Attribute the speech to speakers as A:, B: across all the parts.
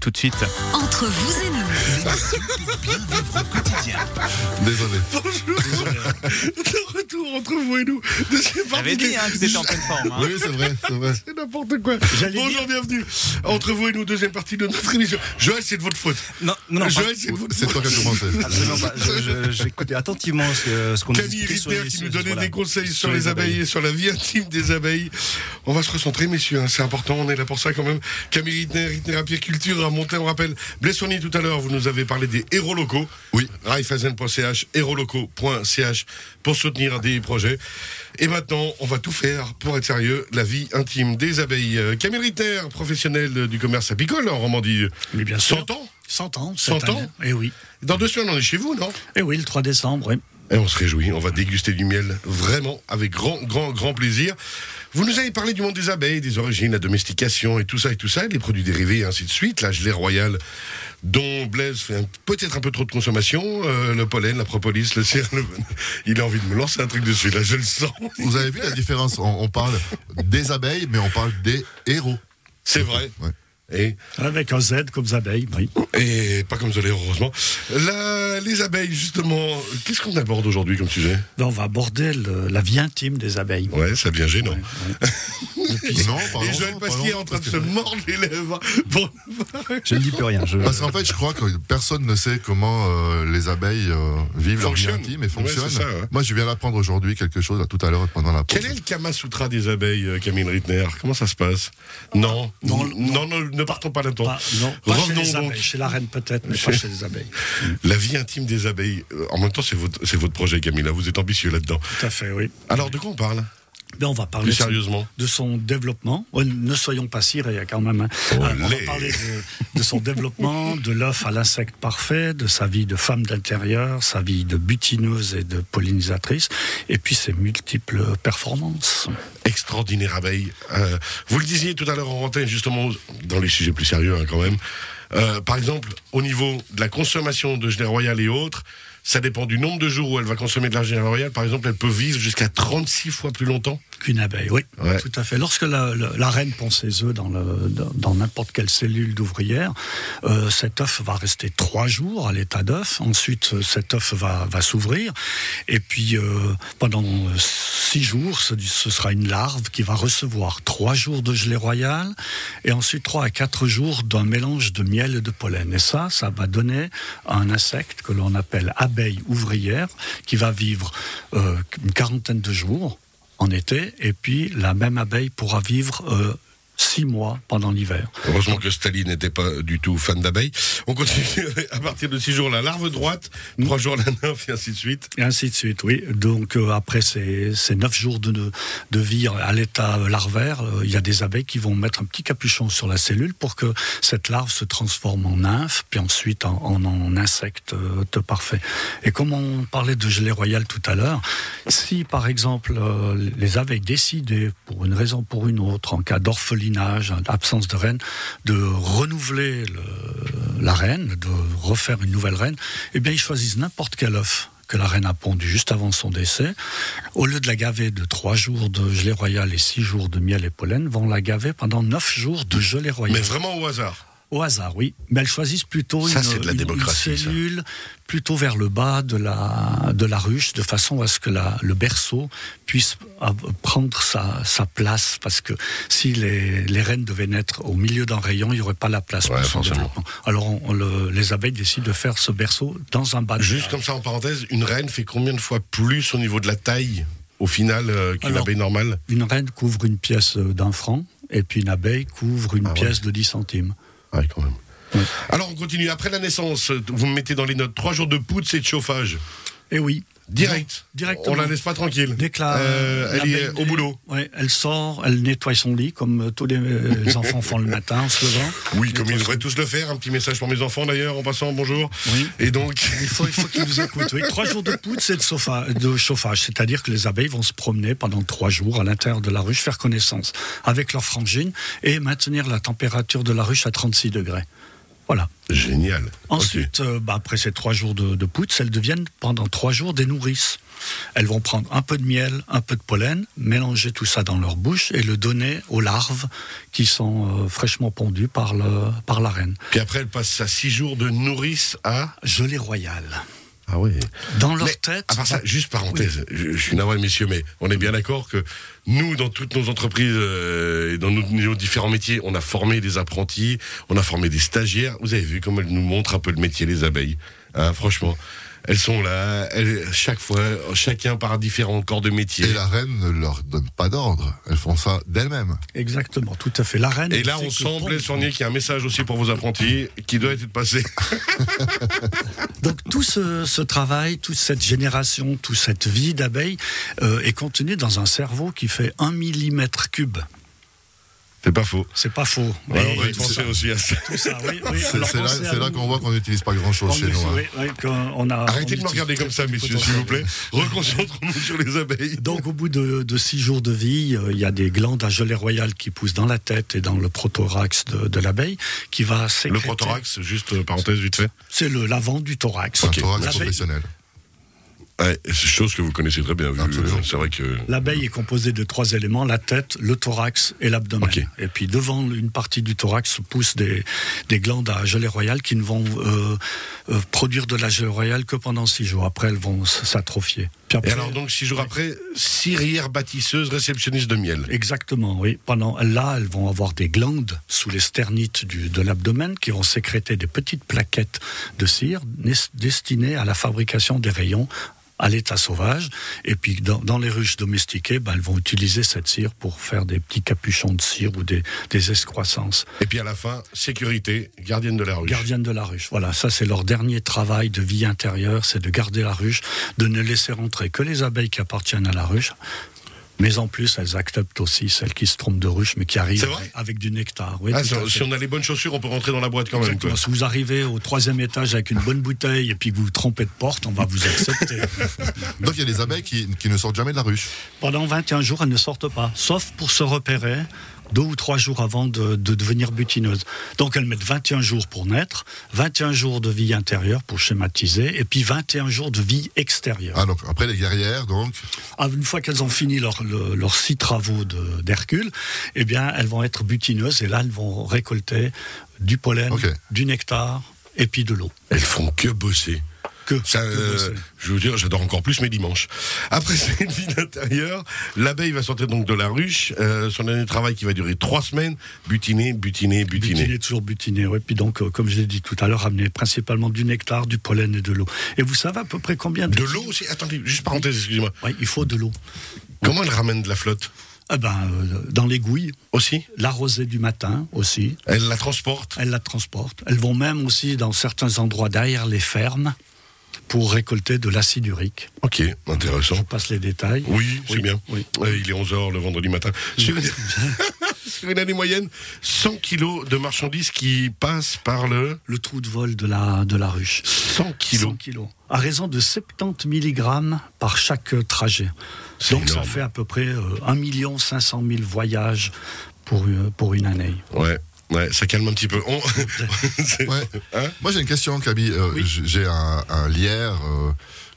A: tout de suite.
B: Entre vous et nous.
C: Désolé.
D: de retour entre vous et nous de ces
A: J'avais dit
D: particuliers.
A: hein, que c'était en pleine forme. hein.
C: Oui, c'est vrai, c'est vrai.
D: C'est n'importe quoi.
E: J'allais
D: Bonjour, bienvenue entre vous et nous, deuxième partie de notre émission. Joël, c'est de votre faute.
A: Non, non, pas-
D: Joël, c'est de votre
C: C'est toi qui as commencé.
E: Absolument pas. Je- je- J'écoutais attentivement ce que- ce qu'on nous
D: Camille
E: expliquait sur
D: Ritter
E: les-
D: qui nous
E: sur-
D: donnait
E: voilà,
D: des conseils sur les abeilles et sur la vie intime des abeilles. On va se recentrer, messieurs, hein, c'est important, on est là pour ça quand même. Camille Ritter, Ritter Apiculture, à Monté, on rappelle. Blessoni, tout à l'heure, vous nous avez parlé des héros locaux. Oui, raiffeisen.ch, locaux.ch pour soutenir des projets. Et maintenant, on va tout faire pour être sérieux, la vie intime des abeilles. Euh, Camille Ritter, professionnelle du commerce apicole en Romandie.
E: Mais bien sûr.
D: 100 ans
E: 100 ans.
D: 100 ans
E: Et oui.
D: Dans deux semaines, on est chez vous, non
E: Et oui, le 3 décembre, oui.
D: et on se réjouit, on va déguster du miel vraiment avec grand, grand, grand plaisir. Vous nous avez parlé du monde des abeilles, des origines, la domestication et tout ça et tout ça, et les produits dérivés et ainsi de suite, la gelée royale dont Blaise fait un- peut-être un peu trop de consommation, euh, le pollen, la propolis, le cire, le- il a envie de me lancer un truc dessus, là je le sens.
C: Vous avez vu la différence on, on parle des abeilles, mais on parle des héros.
D: C'est vrai.
C: Ouais.
D: Et,
E: Avec un Z comme abeilles, oui.
D: et pas comme Zolé, heureusement. La- les abeilles, justement, qu'est-ce qu'on aborde aujourd'hui comme sujet
E: Ben, on va aborder le- la vie intime des abeilles.
D: Ouais, ça devient gênant.
C: Non,
D: et
C: parlons-en,
D: Joël Pasquier est en train de
C: parce
D: se
C: que-
D: mordre les lèvres pour
E: Je ne dis plus rien.
D: Ah,
E: Je...
C: Parce qu'en fait, je crois que personne ne sait comment euh, les abeilles euh, vivent leur vie
D: Fonctionnent.
C: intime et
D: Ouais,
C: fonctionnent.
D: c'est ça, ouais.
C: Moi, je viens d'apprendre aujourd'hui quelque chose, à tout à l'heure, pendant la pause.
D: Quel est le Kama Sutra des abeilles, euh, Camille Rittner Comment ça se passe non. Non, non, ne- ne partons pas là-dedans.
E: Pas- non, pas chez
D: Revenons
E: les
D: donc.
E: abeilles. Chez la reine peut-être, mais pas chez les abeilles.
D: La vie intime des abeilles. Euh, En même temps, c'est votre, c'est votre projet, Camille. là, Vous êtes ambitieux là-dedans.
E: Tout à fait, oui.
D: Alors, de quoi on parle
E: Ben, on va parler
D: Plus
E: de son-
D: sérieusement
E: de son développement. Oh, ne soyons pas si il y a quand même. un-
D: Oh,
E: un- on va
D: Olé.
E: parler de, de son développement, de l'œuf à l'insecte parfait, de sa vie de femme d'intérieur, sa vie de butineuse et de pollinisatrice, et puis ses multiples performances.
D: Extraordinaire abeille. Euh, vous le disiez tout à l'heure en antenne, justement, dans les sujets plus sérieux, hein, quand même. Euh, par exemple, au niveau de la consommation de gelée royale et autres, ça dépend du nombre de jours où elle va consommer de la gelée royale. Par exemple, elle peut vivre jusqu'à 36 fois plus longtemps.
E: Qu'une abeille, oui,
D: Ouais.
E: tout à fait. Lorsque la, la- la reine pond ses œufs dans le- dans dans n'importe quelle cellule d'ouvrière, euh, cet œuf va rester trois jours à l'état d'œuf. Ensuite, euh, cet œuf va, va s'ouvrir. Et puis, euh, pendant euh, six jours, ce, ce sera une larve qui va recevoir trois jours de gelée royale et ensuite trois à quatre jours d'un mélange de miel et de pollen. Et ça, ça va donner un insecte que l'on appelle abeille ouvrière qui va vivre euh, une quarantaine de jours en été, et puis la même abeille pourra vivre euh, six mois pendant l'hiver.
D: Heureusement que Staline n'était pas du tout fan d'abeilles. On continue à partir de 6 jours la larve droite, 3 jours la nymphe et ainsi de suite.
E: Et ainsi de suite, oui. Donc euh, après ces, ces neuf jours de, de vie à l'état larvaire, euh, il y a des abeilles qui vont mettre un petit capuchon sur la cellule pour que cette larve se transforme en nymphe, puis ensuite en, en- en insecte euh, tout parfait. Et comme on parlait de gelée royale tout à l'heure, si par exemple euh, les abeilles décidaient, pour une raison ou pour une autre, en cas d'orphelinage, absence de reine, de renouveler le- la reine, de refaire une nouvelle reine, eh bien ils choisissent n'importe quel œuf que la reine a pondu juste avant son décès, au lieu de la gaver de trois jours de gelée royale et six jours de miel et pollen, vont la gaver pendant neuf jours de gelée
D: Mais
E: royale.
D: vraiment au hasard.
E: Au hasard, oui. Mais elles choisissent plutôt
D: Ça, c'est
E: une,
D: de la
E: une- une
D: démocratie, ça.
E: cellule plutôt vers le bas de la, de la ruche, de façon à ce que la- le berceau puisse av- prendre sa, sa place. Parce que si les, les reines devaient naître au milieu d'un rayon, il n'y aurait pas la place
D: Ouais,
E: pour son
D: forcément.
E: développement. Alors on- on le- les abeilles décident de faire ce berceau dans un bas de
D: Juste comme ça en parenthèse, une reine fait combien de fois plus au niveau de la taille au final euh, qu'une
E: Alors-
D: abeille normale
E: Une reine couvre une pièce euh, d'un franc, et puis une abeille couvre
D: Ah
E: une pièce de 10 centimes.
D: Ouais, quand même. Alors on continue. Après la naissance, euh, vous me mettez dans les notes 3 jours de poutre et de chauffage.
E: Et Eh oui.
D: Direct.
E: Directement.
D: On la laisse pas tranquille.
E: Dès que la-
D: Euh, elle
E: l'abeille
D: est au
E: naît,
D: boulot.
E: ouais, elle sort, elle nettoie son lit comme euh, tous les, euh, les enfants font le matin en se levant.
D: Oui, comme ils devraient tous le faire. Un petit message pour mes enfants d'ailleurs en passant. Bonjour.
E: Oui.
D: Et donc.
E: Il faut, il faut qu'ils nous écoutent. oui. Trois jours de poudre, c'est de, sofa- de chauffage. C'est-à-dire que les abeilles vont se promener pendant trois jours à l'intérieur de la ruche, faire connaissance avec leurs frangines et maintenir la température de la ruche à 36 degrés. Voilà.
D: Génial.
E: Ensuite, euh, bah, après ces trois jours de, de poutre, elles deviennent pendant trois jours des nourrices. Elles vont prendre un peu de miel, un peu de pollen, mélanger tout ça dans leur bouche et le donner aux larves qui sont euh, fraîchement pondues par, le, par la reine.
D: Puis après, elle passe ça six jours de nourrice à.
E: Gelée royale.
D: Ah oui.
E: Dans leur
D: Mais,
E: tête.
D: À part ça, juste parenthèse, je, je suis navré, messieurs, mais on est bien d'accord que nous, dans toutes nos entreprises euh, et dans nos, nos différents métiers, on a formé des apprentis, on a formé des stagiaires. Vous avez vu comme elles nous montrent un peu le métier des abeilles. Hein, franchement, elles sont là, elles, chaque fois, chacun par différents corps de métier.
C: Et la reine ne leur donne pas d'ordre. Elles font ça d'elles-mêmes.
E: Exactement, tout à fait. La reine.
D: Et là,
E: elle
D: on
E: sait que
D: sent,
E: pour-
D: Blaise Fournier, qu'il y a un message aussi pour vos apprentis qui doit être passé.
E: Donc tout ce, ce travail, toute cette génération, toute cette vie d'abeilles euh, est contenue dans un cerveau qui fait un millimètre cube.
D: C'est pas faux.
E: C'est pas faux.
D: Ouais,
E: Mais
D: on va y
E: tout ça-
D: penser aussi à ça.
E: tout ça, oui, oui,
C: C'est
E: alors
C: c'est là,
E: pensez à
C: c'est là
E: nous.
C: qu'on voit qu'on n'utilise pas grand-chose
E: On
C: chez
E: est-
C: nous. hein.
E: oui, oui, qu'on- on a-
D: Arrêtez
E: on
D: de me regarder
E: utilise
D: comme ça,
E: tout le
D: messieurs, s'il vous plaît. Reconcentrons-nous sur les abeilles.
E: Donc, au bout de, de six jours de vie, euh, il y a des glandes à gelée royale qui poussent dans la tête et dans le prothorax de, de l'abeille, qui va
D: Le
E: sécréter.
D: prothorax, juste euh, parenthèse vite fait.
E: C'est le l'avant du thorax.
C: Un thorax
E: L'abeille-
C: professionnel.
D: Ouais, c'est chose que vous connaissez très bien. vu- euh,
C: Absolument.
D: C'est vrai que.
E: L'abeille est composée de trois éléments la tête, le thorax et l'abdomen.
D: Ok.
E: Et puis devant une partie du thorax se poussent des, des glandes à gelée royale qui ne vont euh, euh, produire de la gelée royale que pendant six jours. Après, elles vont s- s'atrophier.
D: Et
E: Puis après-
D: alors, donc, six jours après, cirière bâtisseuse, réceptionniste de miel.
E: Exactement, oui. Pendant là, elles vont avoir des glandes sous les sternites du- de l'abdomen qui vont sécréter des petites plaquettes de cire nes- destinées à la fabrication des rayons à l'état sauvage. Et puis dans, dans les ruches domestiquées, ben, elles vont utiliser cette cire pour faire des petits capuchons de cire ou des, des escroissances.
D: Et puis à la fin, sécurité, gardienne de la ruche.
E: Gardienne de la ruche, voilà, ça c'est leur dernier travail de vie intérieure, c'est de garder la ruche, de ne laisser rentrer que les abeilles qui appartiennent à la ruche. Mais en plus, elles acceptent aussi celles qui se trompent de ruche, mais qui
D: C'est
E: arrivent
D: vrai
E: avec du nectar. Oui,
D: Ah,
E: tout à
D: ça,
E: fait.
D: si on a les bonnes chaussures, on peut rentrer dans la boîte quand même. quoi.
E: Exactement. Si vous arrivez au troisième étage avec une bonne bouteille et puis que vous vous trompez de porte, on va vous accepter.
C: Donc il y a des abeilles qui, qui ne sortent jamais de la ruche.
E: Pendant 21 jours, elles ne sortent pas, sauf pour se repérer deux ou trois jours avant de, de devenir butineuses. Donc elles mettent 21 jours pour naître, 21 jours de vie intérieure pour schématiser, et puis 21 jours de vie extérieure.
C: Ah, donc, après les guerrières, donc,
E: Ah, Une fois qu'elles ont fini leur- le- leurs six travaux de- d'Hercule, eh bien elles vont être butineuses, et là elles vont récolter du pollen,
C: Ok.
E: du nectar, et puis de l'eau.
D: Elles font que bosser.
E: Que,
D: Ça,
E: que
D: euh,
E: bosser.
D: je veux dire, j'adore encore plus mes dimanches. Après cette vie d'intérieur, l'abeille va sortir donc de la ruche. euh, son année de travail qui va durer trois semaines, butiner, butiner, butiner.
E: Butiné, toujours butiné. Ouais. Puis donc, euh, comme je l'ai dit tout à l'heure, amener principalement du nectar, du pollen et de l'eau. Et vous savez à peu près combien de...
D: De l'eau aussi Attendez, juste parenthèse, excusez-moi.
E: Ouais, il faut de l'eau.
D: Comment elle ramène de la flotte
E: Ah ben, euh, dans les gouilles,
D: Aussi
E: la rosée du matin aussi,
D: Elle la transporte
E: elles la transportent. Elles vont même aussi dans certains endroits derrière les fermes pour récolter de l'acide urique.
D: Ok,
E: Je
D: intéressant.
E: passe les détails.
D: Oui, c'est
E: Oui,
D: bien.
E: oui.
D: Euh, il est 11h le vendredi matin. Sur une, sur une année moyenne, 100 kilos de marchandises qui passent par le...
E: Le trou de vol de la, de la ruche.
D: 100 kilos.
E: 100 kilos. À raison de 70 mg par chaque euh, trajet.
D: C'est
E: Donc ça
D: énorme.
E: fait à peu près euh, 1 500 000 voyages pour, une- pour une année.
D: Ouais, ouais, ça calme un petit peu. On- c'est-
C: Ouais.
D: Hein
C: Moi, j'ai une question, Camille. Euh,
E: Oui.
C: j- J'ai un, un lierre euh,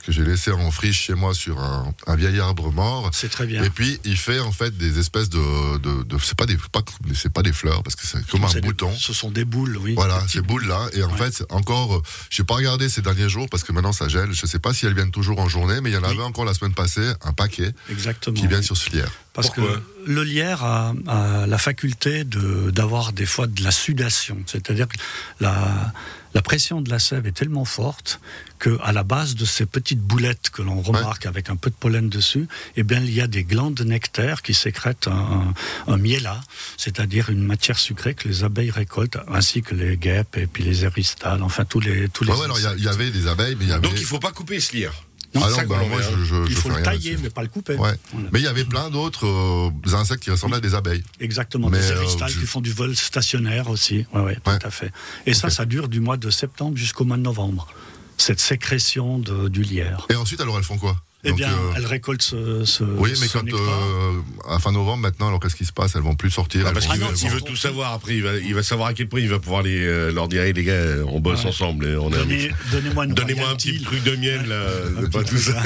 C: que j'ai laissé en friche chez moi sur un, un vieil arbre mort.
E: C'est très bien.
C: Et puis, il fait en fait des espèces de. de, de- c'est pas des pas, c'est pas des fleurs parce que c'est comme un
E: C'est des-
C: bouton.
E: Ce sont des boules, oui.
C: Voilà, ces boules là. Et en fait, c'est encore, euh, j'ai pas regardé ces derniers jours parce que maintenant ça gèle. Je sais pas si elles viennent toujours en journée, mais il y en avait encore la semaine passée un paquet
E: Exactement.
C: qui vient sur ce lierre.
E: Parce
D: Pourquoi
E: que le lierre a, a la faculté de- d'avoir des fois de la sudation, c'est-à-dire que la, la pression de la sève est tellement forte que à la base de ces petites boulettes que l'on remarque avec un peu de pollen dessus, eh bien, il y a des glandes de nectar qui sécrètent un, un, un miella, c'est-à-dire une matière sucrée que les abeilles récoltent, ainsi que les guêpes et puis les héristales, enfin tous les tous les.
C: Ouais, ouais, alors il y a- il y, avait des abeilles, mais il y avait.
D: Donc il faut pas couper ce lierre.
E: Non,
C: Ah
D: ça hein.
C: non, bah,
D: qu'on
C: moi
D: l'envoie,
C: je, je,
E: il
C: je
E: faut
C: fais
E: le
C: rien
E: tailler,
C: là-dessus.
E: mais pas le couper.
C: Ouais.
E: Voilà.
C: Mais il y avait plein d'autres euh, insectes qui ressemblaient à des abeilles.
E: Exactement,
C: Mais,
E: des
C: euh,
E: héristales
C: je-
E: qui font du vol stationnaire aussi. Oui, ouais,
C: Ouais.
E: tout à fait. Et ça, ça dure du mois de septembre jusqu'au mois de novembre. Cette sécrétion de- du lierre.
C: Et ensuite, alors elles font quoi euh,
E: Eh bien,
D: euh,
E: elles récoltent ce, ce
C: Oui, mais
E: ce
C: quand
E: nectar.
C: euh, à fin novembre maintenant, alors qu'est-ce qui se passe Elles vont plus sortir.
D: Ah,
C: elles
D: parce
C: vont-
D: qu'il
E: Ah non,
D: veut,
E: ils
D: il veut
E: sortent
D: tout
E: tous.
D: savoir après, il va, il va savoir à quel point il va pouvoir les, euh, leur dire, Hey, les gars, on bosse ensemble, et on est amis.
E: Donnez- Donnez-moi une
D: Donnez-moi un
E: royalty.
D: petit truc de miel, là, de pas tout ça.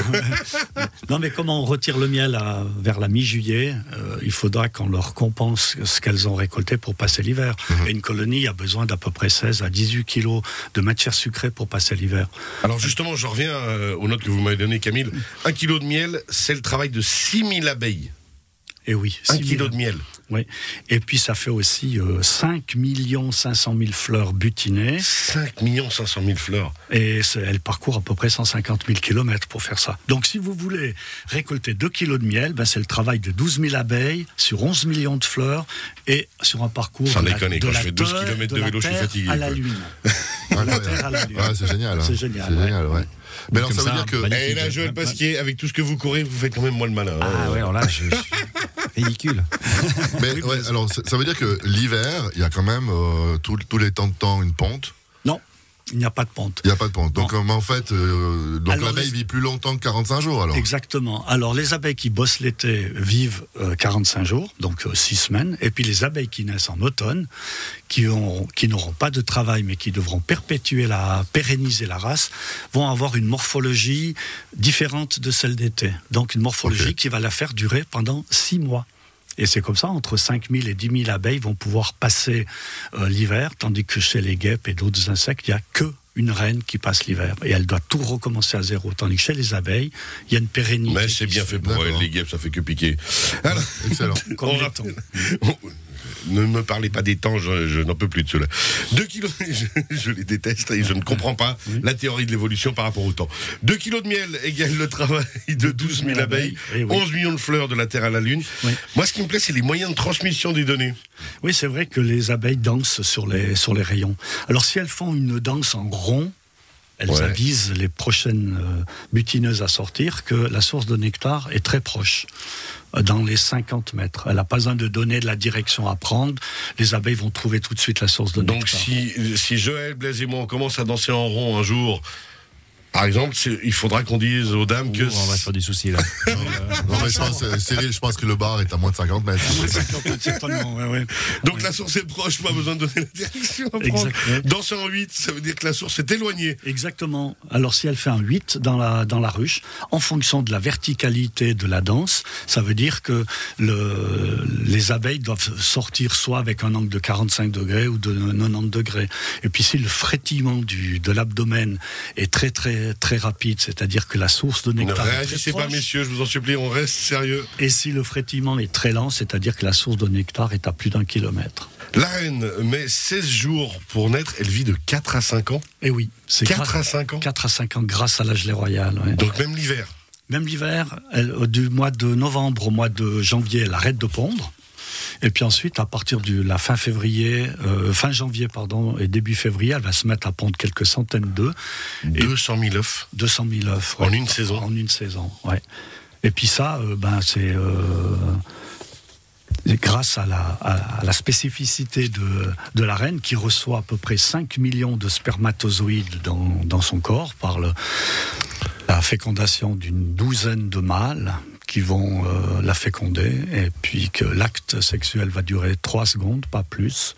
E: non, mais comment on retire le miel à- vers la mi-juillet euh, Il faudra qu'on leur compense ce qu'elles ont récolté pour passer l'hiver.
D: Mhm.
E: Et une colonie a besoin d'à peu près 16 à 18 kilos de matière sucrée pour passer l'hiver.
D: Alors justement, je reviens euh, aux notes que vous m'avez données, Camille. Un kilo de miel, c'est le travail de 6000 abeilles.
E: Et oui,
D: Un
E: 6 000.
D: kilo de miel.
E: Oui. Et puis ça fait aussi euh, 5 500 000 fleurs butinées.
D: 5 500 000 fleurs.
E: Et c'est- elle parcourt à peu près 150 000 km pour faire ça. Donc si vous voulez récolter 2 kilos de miel, ben, c'est le travail de 12 000 abeilles sur 11 millions de fleurs et sur un parcours
D: Sans
E: de la,
D: déconner,
E: de
D: quand
E: la
D: je fais 12
E: terre-
D: kilomètres de
E: la
D: vélo, je suis
E: terre
D: fatigué,
E: à la
D: quoi.
E: Lune. la
C: Incroyable.
E: terre à la Lune.
C: Ouais, c'est génial. hein.
E: C'est génial,
C: C'est
E: ouais.
C: génial, ouais. Mais alors, ça
E: Comme
C: veut
E: ça,
C: dire que.
E: magnifique.
D: Et là, Joël Pasquier, avec tout ce que vous courez, vous faites quand même moins le malin. hein.
A: Ah ouais, alors là, je, je suis ridicule.
C: Mais ouais, alors, ça ça veut dire que l'hiver, il y a quand même euh, tout- tous les temps de temps une ponte.
E: Non, il n'y a pas de pente.
C: Il n'y a pas de ponte. Donc, en fait, euh, donc
E: Alors,
C: l'abeille
E: les-
C: vit plus longtemps que 45 jours alors.
E: Exactement. Alors les abeilles qui bossent l'été vivent euh, 45 jours, donc 6 semaines, et puis les abeilles qui naissent en automne, qui, ont- qui n'auront pas de travail mais qui devront perpétuer la, pérenniser la race, vont avoir une morphologie différente de celle d'été. Donc une morphologie
C: Ok.
E: qui va la faire durer pendant 6 mois. Et c'est comme ça, entre 5000 et 10 000 abeilles vont pouvoir passer euh, l'hiver, tandis que chez les guêpes et d'autres insectes, il n'y a que une reine qui passe l'hiver. Et elle doit tout recommencer à zéro. Tandis que chez les abeilles, il y a une pérennité.
D: Mais
E: qui
D: c'est
E: se
D: bien fait pour
C: D'accord.
D: elle, les guêpes, ça fait que piquer. Alors,
C: Excellent.
E: Comme
D: on
E: les
D: rappelle-
E: temps.
D: Ne me parlez pas des temps, je, je n'en peux plus de cela. Deux kilos, je, je les déteste et je ne comprends pas la théorie de l'évolution par rapport au temps. Deux kilos de miel égale le travail de 12 000 abeilles,
E: Eh oui.
D: 11 millions de fleurs de la Terre à la Lune.
E: Oui.
D: Moi, ce qui me plaît, c'est les moyens de transmission des données.
E: Oui, c'est vrai que les abeilles dansent sur les, sur les rayons. Alors, si elles font une danse en rond, elles
D: Ouais.
E: avisent les prochaines euh, butineuses à sortir que la source de nectar est très proche, euh, dans les 50 mètres. Elle n'a pas besoin de donner de la direction à prendre. Les abeilles vont trouver tout de suite la source de
D: Donc,
E: nectar.
D: si, si Joël, Blaise et moi, on commence à danser en rond un jour, par exemple, c'est- il faudra qu'on dise aux dames que.
A: Ouh,
E: Oh,
A: on va se faire des soucis là.
C: Non, mais je pense, euh, Cyril, je pense que le bar est à moins de 50 mètres.
E: 50 mètres, certainement, ouais, ouais.
D: Donc la source est proche, pas besoin de donner la direction à prendre.
E: Exactement.
D: Danser en 8, ça veut dire que la source est éloignée.
E: Exactement. Alors si elle fait un 8 dans la, dans la ruche, en fonction de la verticalité de la danse, ça veut dire que le, les abeilles doivent sortir soit avec un angle de 45 degrés ou de 90 degrés. Et puis si le frétillement du, de l'abdomen est très très très rapide, c'est-à-dire que la source de
D: Ne
E: nectar est très
D: réagissez pas,
E: proche,
D: messieurs, je vous en supplie, on reste sérieux.
E: et si le frétillement est très lent, c'est-à-dire que la source de nectar est à plus d'un kilomètre.
D: La reine met 16 jours pour naître, elle vit de 4 à 5 ans.
E: Et Eh oui, c'est
D: 4
E: grâce-
D: à 5 ans
E: 4 à 5 ans grâce à la gelée royale. ouais.
D: Donc même l'hiver.
E: Même l'hiver, elle, euh, du mois de novembre au mois de janvier, elle arrête de pondre. Et puis ensuite, à partir de la fin février, euh, fin janvier pardon, et début février, elle va se mettre à pondre quelques centaines d'œufs,
D: 200 000 œufs.
E: 200 000 œufs.
D: En une saison.
E: En une saison, ouais. Et puis ça, euh, ben c'est euh, c'est grâce à la, à- à la spécificité de, de la reine qui reçoit à peu près 5 millions de spermatozoïdes dans, dans son corps par le, la fécondation d'une douzaine de mâles qui vont euh, la féconder et puis que l'acte sexuel va durer 3 secondes, pas plus.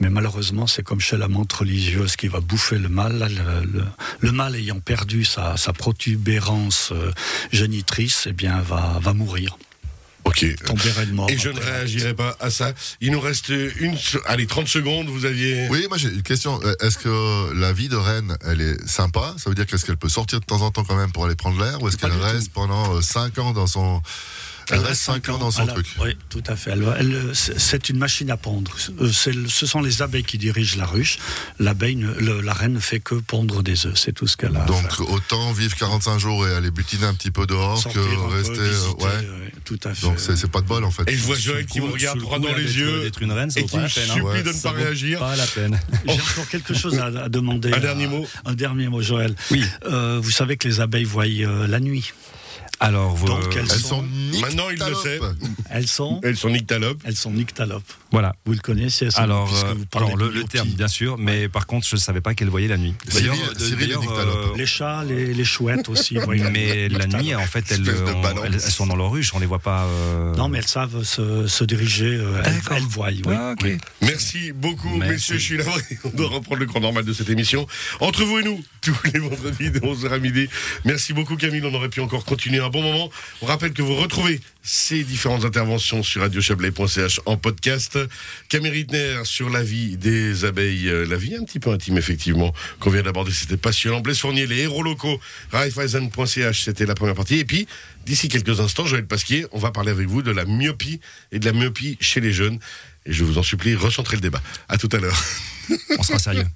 E: Mais malheureusement, c'est comme chez la menthe religieuse qui va bouffer le mâle. là, Le, le- le mâle ayant perdu sa, sa protubérance euh, génitrice, eh bien, va, va mourir,
D: Ok.
E: tomber de
A: Oh,
E: mort.
D: Et je ne
E: après.
D: réagirai pas à ça. Il nous reste une... se- Allez, 30 secondes, vous aviez...
C: Oui, moi j'ai une question. Euh, Est-ce que la vie de Rennes, elle est sympa Ça veut dire qu'est-ce qu'elle peut sortir de temps en temps quand même pour aller prendre l'air Ou est-ce qu'elle reste pendant 5 ans dans son. Elle, reste 5 ans dans son
E: Alors,
C: truc.
E: Oui, tout à fait. Elle va- elle, euh, c'est- c'est une machine à pondre. Euh, c'est le- Ce sont les abeilles qui dirigent la ruche. L'abeille, ne- le- la reine ne fait que pondre des œufs. C'est tout ce qu'elle a. à faire.
C: Donc autant vivre 45 jours et aller butiner un petit peu dehors
E: Sortir un
C: que
E: peu,
C: rester. euh,
E: visiter,
C: ouais.
E: euh, tout à fait.
C: Donc c'est c'est pas de bol en fait.
D: Et je vois
A: Sous le
D: Joël qui
A: coup-
D: me regarde
A: sous le
D: droit
A: coup,
D: dans
A: là,
D: les
A: d'être-
D: yeux
A: d'être une reine, ça
D: et
A: vaut
D: qui
A: pas
D: me
A: la peine, hein.
D: supplie de ne
A: Ça
D: pas
A: vaut
D: réagir.
A: Pas la peine.
E: J'ai encore quelque chose à, à demander.
D: Un
E: à-
D: dernier mot.
E: Un dernier mot, Joël.
A: Oui.
E: Euh, vous savez que les abeilles voient euh, la nuit.
A: Alors, vous-
E: Donc, elles-
C: Elles
E: sont-
C: sont nictalopes.
D: Maintenant, il le sait.
E: Elles sont,
D: Elles sont nyctalopes.
E: elles sont nyctalopes.
A: voilà.
E: Vous le connaissez, ça,
A: Alors,
E: puisque
A: euh,
E: vous parlez
A: alors le,
E: de
A: le
E: tout
A: terme,
E: petit.
A: bien sûr, mais par contre, je ne savais pas qu'elle voyait la nuit.
C: Cyril-
A: D'ailleurs, de-
C: Cyril est
A: d'ailleurs,
C: nyctalope.
E: Les chats, les, les chouettes aussi. vous voyez,
A: mais la
E: nyctalopes.
A: nuit, en fait, elles,
C: Espèce de
A: on-
C: balance.
A: elles, elles sont dans leur ruche, on les voit pas. euh,
E: Non, mais elles savent se, se diriger, euh, elles,
A: D'accord.
E: elles voient. oui.
A: Ah, ok.
E: Oui.
D: Merci beaucoup,
A: Merci.
D: messieurs. Je suis là. On doit reprendre le grand normal de cette émission. Entre vous et nous, tous les vendredis de 11h à midi. Merci beaucoup, Camille. On aurait pu encore continuer un bon moment. On rappelle que vous retrouvez ces différentes interventions sur radiochablais.ch en podcast. Camille Rittner sur la vie des abeilles. euh, La vie un petit peu intime, effectivement, qu'on vient d'aborder. C'était passionnant. Blaise Fournier, les héros locaux. Raiffeisen.ch, c'était la première partie. Et puis, d'ici quelques instants, Joël Pasquier, on va parler avec vous de la myopie et de la myopie chez les jeunes. Et je vous en supplie, recentrez le débat. À tout à l'heure.
A: On sera sérieux.